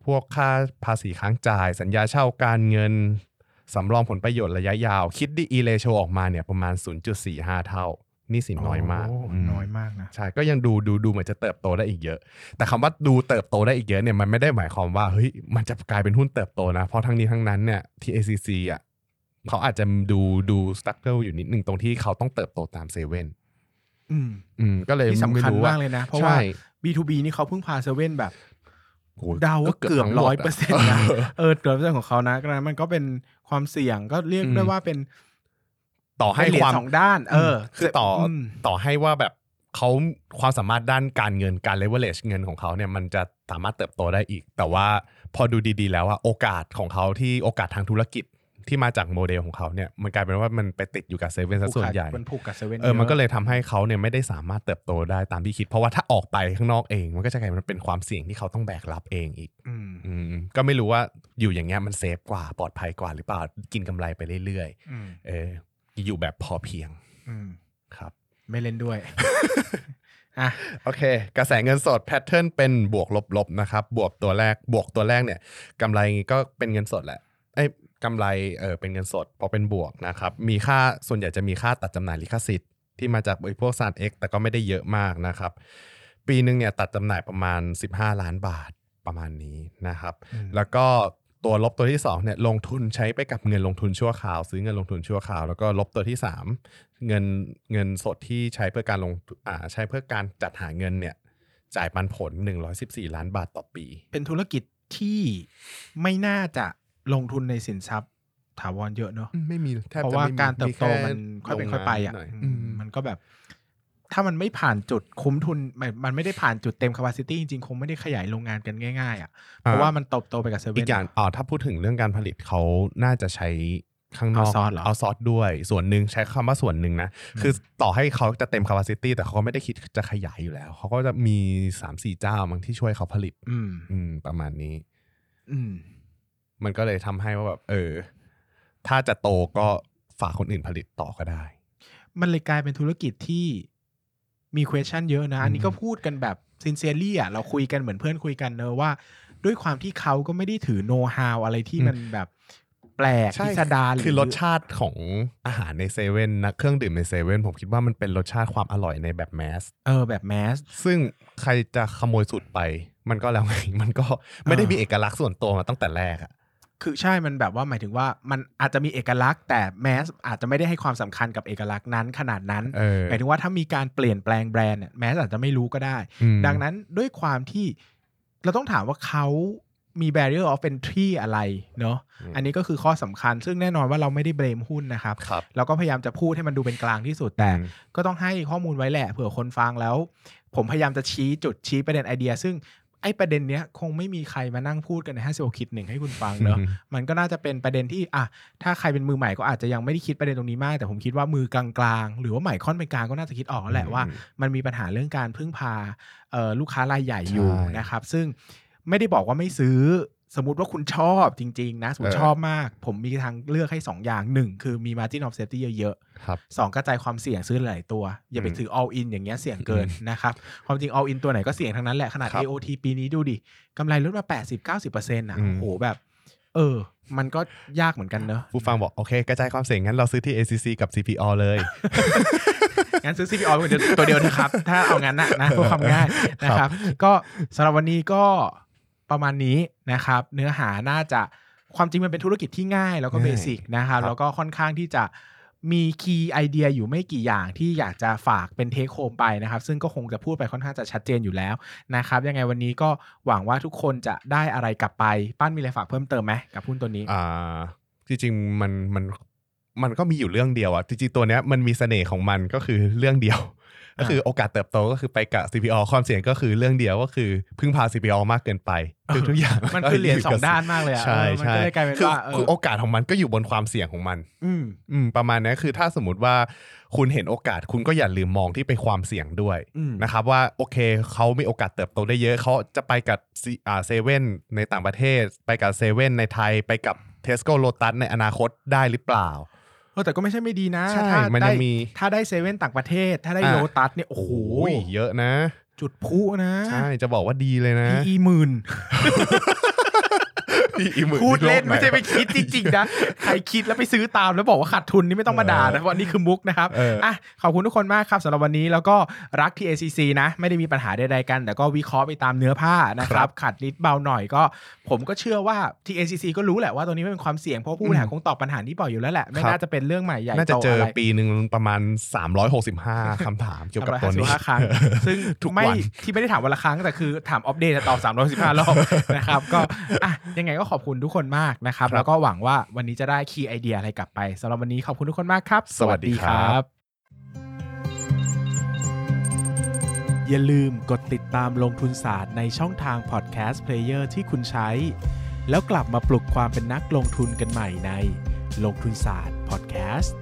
พวกค่าภาษีค้างจ่าย สัญญาเช่าการเงิน สำรองผลประโยชน์ระยะยาว คิดดีอีเลโชออกมาเนี่ยประมาณ 0.45 เท่าหนี่สินน้อยมาก โ ม น้อยมากนะ ใช่ก็ยังดูดูดูเหมือนจะเติบโตได้อีกเยอะ แต่คำว่าดูเติบโตได้อีกเยอะเนี่ยมันไม่ได้หมายความว่าเฮ้ยมันจะกลายเป็นหุ้นเติบโตนะ เพราะทั้งนี้ทั้งนั้นเนี่ยที่ ACC อ่ะเขาอาจจะดูดูสตั๊กเกิลอยู่นิดนึงตรงที่เขาต้องเติบโตตามเซเว่น อืม อืมก็เลย ที่สำ ไม่ คัญ รู้ มา ว่าก เลยนะ เพราะว่า ใช่ B2B นี่เขาเพิ่งพาเซเว่นแบบ โอ้ย เดาว่าเกือบ ทั้งหมด 100%นะ เออเกิดเรื่องของเขานะนะมันก็เป็นความเสี่ยงก็เรียกได้ว่าเป็น ต่อให้ เป็นเหรีย ค ญ วาม สองด้าน เออ คือต่ออ ม ต่อให้ว่าแบบเขาความสามารถด้านการเงินการ leverage เงินของเขาเนี่ยมันจะสามารถเติบโตได้อีก แต่ว่าพอดูดีๆ แล้วอะโอกาสของเขาที่โอกาสทางธุรกิจที่มาจากโมเดลของเขาเนี่ยมันกลายเป็นว่ามันไปติดอยู่กับเซเว่นซะส่วนใหญ่ มันผูกกับเซเว่น เออ มันก็เลยทำให้เขาเนี่ยไม่ได้สามารถเติบโตได้ตามที่คิด เพราะว่าถ้าออกไปข้างนอกเอง มันก็จะกลายเป็นความเสี่ยงที่เขาต้องแบกรับเองอีก อืม อืมก็ไม่รู้ว่าอยู่อย่างเงี้ยมันเซฟกว่าปลอดภัยกว่าหรือเปล่ากินกำไรไปเรื่อยๆ อืม เอออยู่แบบพอเพียง อืม ครับ ไม่เล่น ด้วย อ่ะ โอเค กระแสเงินสดแพทเทิร์นเป็นบวกลบๆนะครับ บวกตัวแรกบวกตัวแรกเนี่ยกำไรก็เป็นเงินสดแหละเอ้ยกำไรเออเป็นเงินสดพอเป็นบวกนะครับ มีค่าส่วนใหญ่จะมีค่าตัดจำหน่ายลิขสิทธิ์ที่มาจากไอ้พวกซานเอ็กแต่ก็ไม่ได้เยอะมากนะครับ ปีหนึ่งเนี่ยตัดจำหน่ายประมาณ 15 ล้านบาทประมาณนี้นะครับ อืม แล้วก็ตัวลบตัวที่สองเนี่ยลงทุนใช้ไปกับเงินลงทุนชั่วคราว ซื้อเงินลงทุนชั่วคราว แล้วก็ลบตัวที่สามเงินเงินสดที่ใช้เพื่อการลงอ่าใช้เพื่อการจัดหาเงินเนี่ยจ่ายปันผล 114 ล้านบาทต่อปี เป็นธุรกิจที่ไม่น่าจะลงทุนในสินทรัพย์ถาวรเยอะเนอะ ไม่มีแทบ เพราะ จะ ว่า ไม่มี การเติบโตมัน แ ค่อยเป็นค่อยไปอ่ะ โรงงานหน่ย อืม อืม มันก็แบบ ถ้ามันไม่ผ่านจุดคุ้มทุนมันมันไม่ได้ผ่านจุดเต็ม capacity จริงๆ คงไม่ได้ขยายโรงงานกันง่ายๆอ่ะเพราะว่ามันเติบโตไปกับเซเว่น อีกอย่างอ๋อถ้าพูดถึงเรื่องการผลิตเขาน่าจะใช้ข้างนอก เอาซอสเหรอ เอาซอสด้วย ส่วนหนึ่งใช้คำว่าส่วนหนึ่งนะ คือต่อให้เขาจะเต็ม capacity แต่เขาก็ไม่ได้คิดจะขยายอยู่แล้ว เขาก็จะมี 3 4 เจ้ามั้งที่ช่วยเขาผลิต อืม อืม ประมาณนี้ อืม มันก็เลยทำให้ว่าแบบ เออ ถ้าจะโตก็ฝากคนอื่นผลิตต่อก็ได้ มันเลยกลายเป็นธุรกิจที่มี question เยอะนะ อันนี้ อืม ก็พูดกันแบบ sincerely อ่ะเราคุยกันเหมือนเพื่อนคุยกันเนอะว่า ด้วยความที่เขาก็ไม่ได้ถือ know how อะไรที่มันแบบแปลกพิสดารห คือรสชาติของอาหารในเซเว่นนะเครื่องดื่มในเซเว่นผมคิดว่ามันเป็นรสชาติความอร่อยในแบบแมส เออแบบแมส ซึ่งใครจะขโมยสูตรไป มันก็แล้วไง มันก็ไม่ได้มีเอกลักษณ์ส่วนตัวมาตั้งแต่แรกอะ คือใช่มันแบบว่าหมายถึงว่ามันอาจจะมีเอกลักษณ์ แต่แมสอาจจะไม่ได้ให้ความสำคัญกับเอกลักษณ์นั้นขนาดนั้น เออ หมายถึงว่าถ้ามีการเปลี่ยนแปลงแบรนด์เนี่ยแมสอาจจะไม่รู้ก็ได้ อืม ดังนั้นด้วยความที่เราต้องถามว่าเขามี barrier of entry อะไรเนาะ อืม อันนี้ก็คือข้อสำคัญ ซึ่งแน่นอนว่าเราไม่ได้เบรมหุ้นนะครับ ครับ เราก็พยายามจะพูดให้มันดูเป็นกลางที่สุด แต่ อืม ก็ต้องให้ข้อมูลไว้แหละเผื่อคนฟังแล้ว ผมพยายามจะชี้จุดชี้ประเด็นไอเดีย ซึ่งไอ้ประเด็นเนี้ยคงไม่มีใครมานั่งพูดกันในห้าสิบคิดหนึ่งให้คุณฟังเนอะ มันก็น่าจะเป็นประเด็นที่อ่ะถ้าใครเป็นมือใหม่ก็อาจจะยังไม่ได้คิดประเด็นตรงนี้มาก แต่ผมคิดว่ามือกลางๆ หรือว่าใหม่ค่อนเป็นกลางก็น่าจะคิดออกแล้วแหละว่า มันมีปัญหาเรื่องการพึ่งพาเอ่อลูกค้ารายใหญ่อยู่ ใช่ นะครับ ซึ่งไม่ได้บอกว่าไม่ซื้อ สมมติว่าคุณชอบจริง ๆ นะผม เออ ชอบมาก ผมมีทางเลือกให้ 2 อย่าง 1 คือมี margin of safety เยอะ ครับ ๆ2กระจายความเสี่ยงซื้อหลายๆตัว อย่าไป อืม ถือ all in อย่างเงี้ยเสี่ยงเกิน อืม นะครับ ความจริง all in ตัวไหนก็เสี่ยงทั้งนั้นแหละ ขนาด ครับ AOT ปีนี้ดูดิกำไรลดมา 80-90%อ่ะ อืม โอ้โหแบบ เออ มันก็ยากเหมือนกันเนอะ ผู้ฟังบอก โอเค กระจายความเสี่ยงงั้นเราซื้อที่ ACC กับ CPO เลย งั้นซื้อ CPO ไปตัวเดียวนะครับ ถ้าเอางั้นนะนะเพื่อความง่ายนะครับ ก็สำหรับวันนี้ก็ประมาณนี้นะครับ เนื้อหาน่าจะความจริงมันเป็นธุรกิจที่ง่ายแล้วก็ ง่าย เบสิกนะครับ ครับ แล้วก็ค่อนข้างที่จะมีคีย์ไอเดียอยู่ไม่กี่อย่างที่อยากจะฝากเป็นเทคโฮมไปนะครับ ซึ่งก็คงจะพูดไปค่อนข้างจะชัดเจนอยู่แล้วนะครับ ยังไงวันนี้ก็หวังว่าทุกคนจะได้อะไรกลับไปป้านมีอะไรฝากเพิ่มเติมไหมกับหุ้นตัวนี้ ่าจริงๆมันมันมันก็มีอยู่เรื่องเดียวอะจริงๆตัวเนี้ยมันมีเสน่ห์ของมันก็คือเรื่องเดียว ก็คือโอกาสเติบโตก็คือไปกับ CPO ความเสี่ยงก็คือเรื่องเดียวก็คือพึ่งพา CPO มากเกินไปคือทุกอย่าง มันคือเหรียญสองด้านมากเลยอะ ใช่ เออมันก็ใช่เลยกลายเป็น คือ ว่าเออ คือโอกาสของมันก็อยู่บนความเสี่ยงของมัน อืม อืมประมาณนี้คือถ้าสมมติว่าคุณเห็นโอกาสคุณก็อย่าลืมมองที่ไปความเสี่ยงด้วย อืม นะครับว่าโอเคเขามีโอกาสเติบโตได้เยอะเขาจะไปกับ C- อ่าเซเว่นในต่างประเทศ ไปกับเซเว่นในไทย ไปกับเทสโก้โ t ตัสในอนาคตได้หรือเปล่า เ อแต่ก็ไม่ใช่ไม่ดีนะ ใช่ ถ้า มันยั ได้ งมี ถ้าได้เซเว่นต่างประเทศ ถ้าได้ อ่ะ โลตัสเนี่ยโอ้ โอ้ โห โหเยอะนะ จุดพลุนะ ใช่ จะบอกว่าดีเลยนะ พีหมื่น อีหมื่น พูดเล่น โกห ไม่ใช่ไปคิด จริงๆนะใครคิดแล้วไปซื้อตามแล้วบอกว่าขาดทุนนี่ไม่ต้องมาด่านะเพราะนี่คือมุกนะครับ เออ อ่ะขอบคุณทุกคนมากครับสำหรับวันนี้แล้วก็รัก TACC นะ ไม่ได้มีปัญหาใดๆกัน แต่ก็วิเคราะห์ไปตามเนื้อผ้านะค ครั รับบ ขัดลิดเบาหน่อยก็ ผมก็เชื่อว่า TACC ก็รู้แหละว่าตัวนี้ไม่เป็นความเสี่ยง เพราะผู้บริหารคงตอบปัญหานี้บ่อยอยู่แล้วแหละ ไม่ ครับ น่าจะเป็นเรื่องใหม่ใหญ่ น่าจะ โต เจอ อะไร ปีหนึ่งประมาณ 365 คำถามเกี่ยวกับตัวนี้ 355ครั้ง ซึ่ง ทุกวัน ไม่ที่ไม่ได้ถามวันละครั้ง แต่คือถามอัปเดตจะตอบ315รอบ นะครับก็อ่ะยังไงก็ขอบคุณทุกคนมากนะครับแล้วก็หวังว่าวันนี้จะได้คีย์ไอเดียอะไรกลับไปสำหรับวันนี้ขอบคุณทุกคนมากครับ สวัสดีครับ อย่าลืมกดติดตามลงทุนศาสตร์ในช่องทางพอดแคสต์เพลเยอร์ที่คุณใช้ แล้วกลับมาปลุกความเป็นนักลงทุนกันใหม่ในลงทุนศาสตร์พอดแคสต์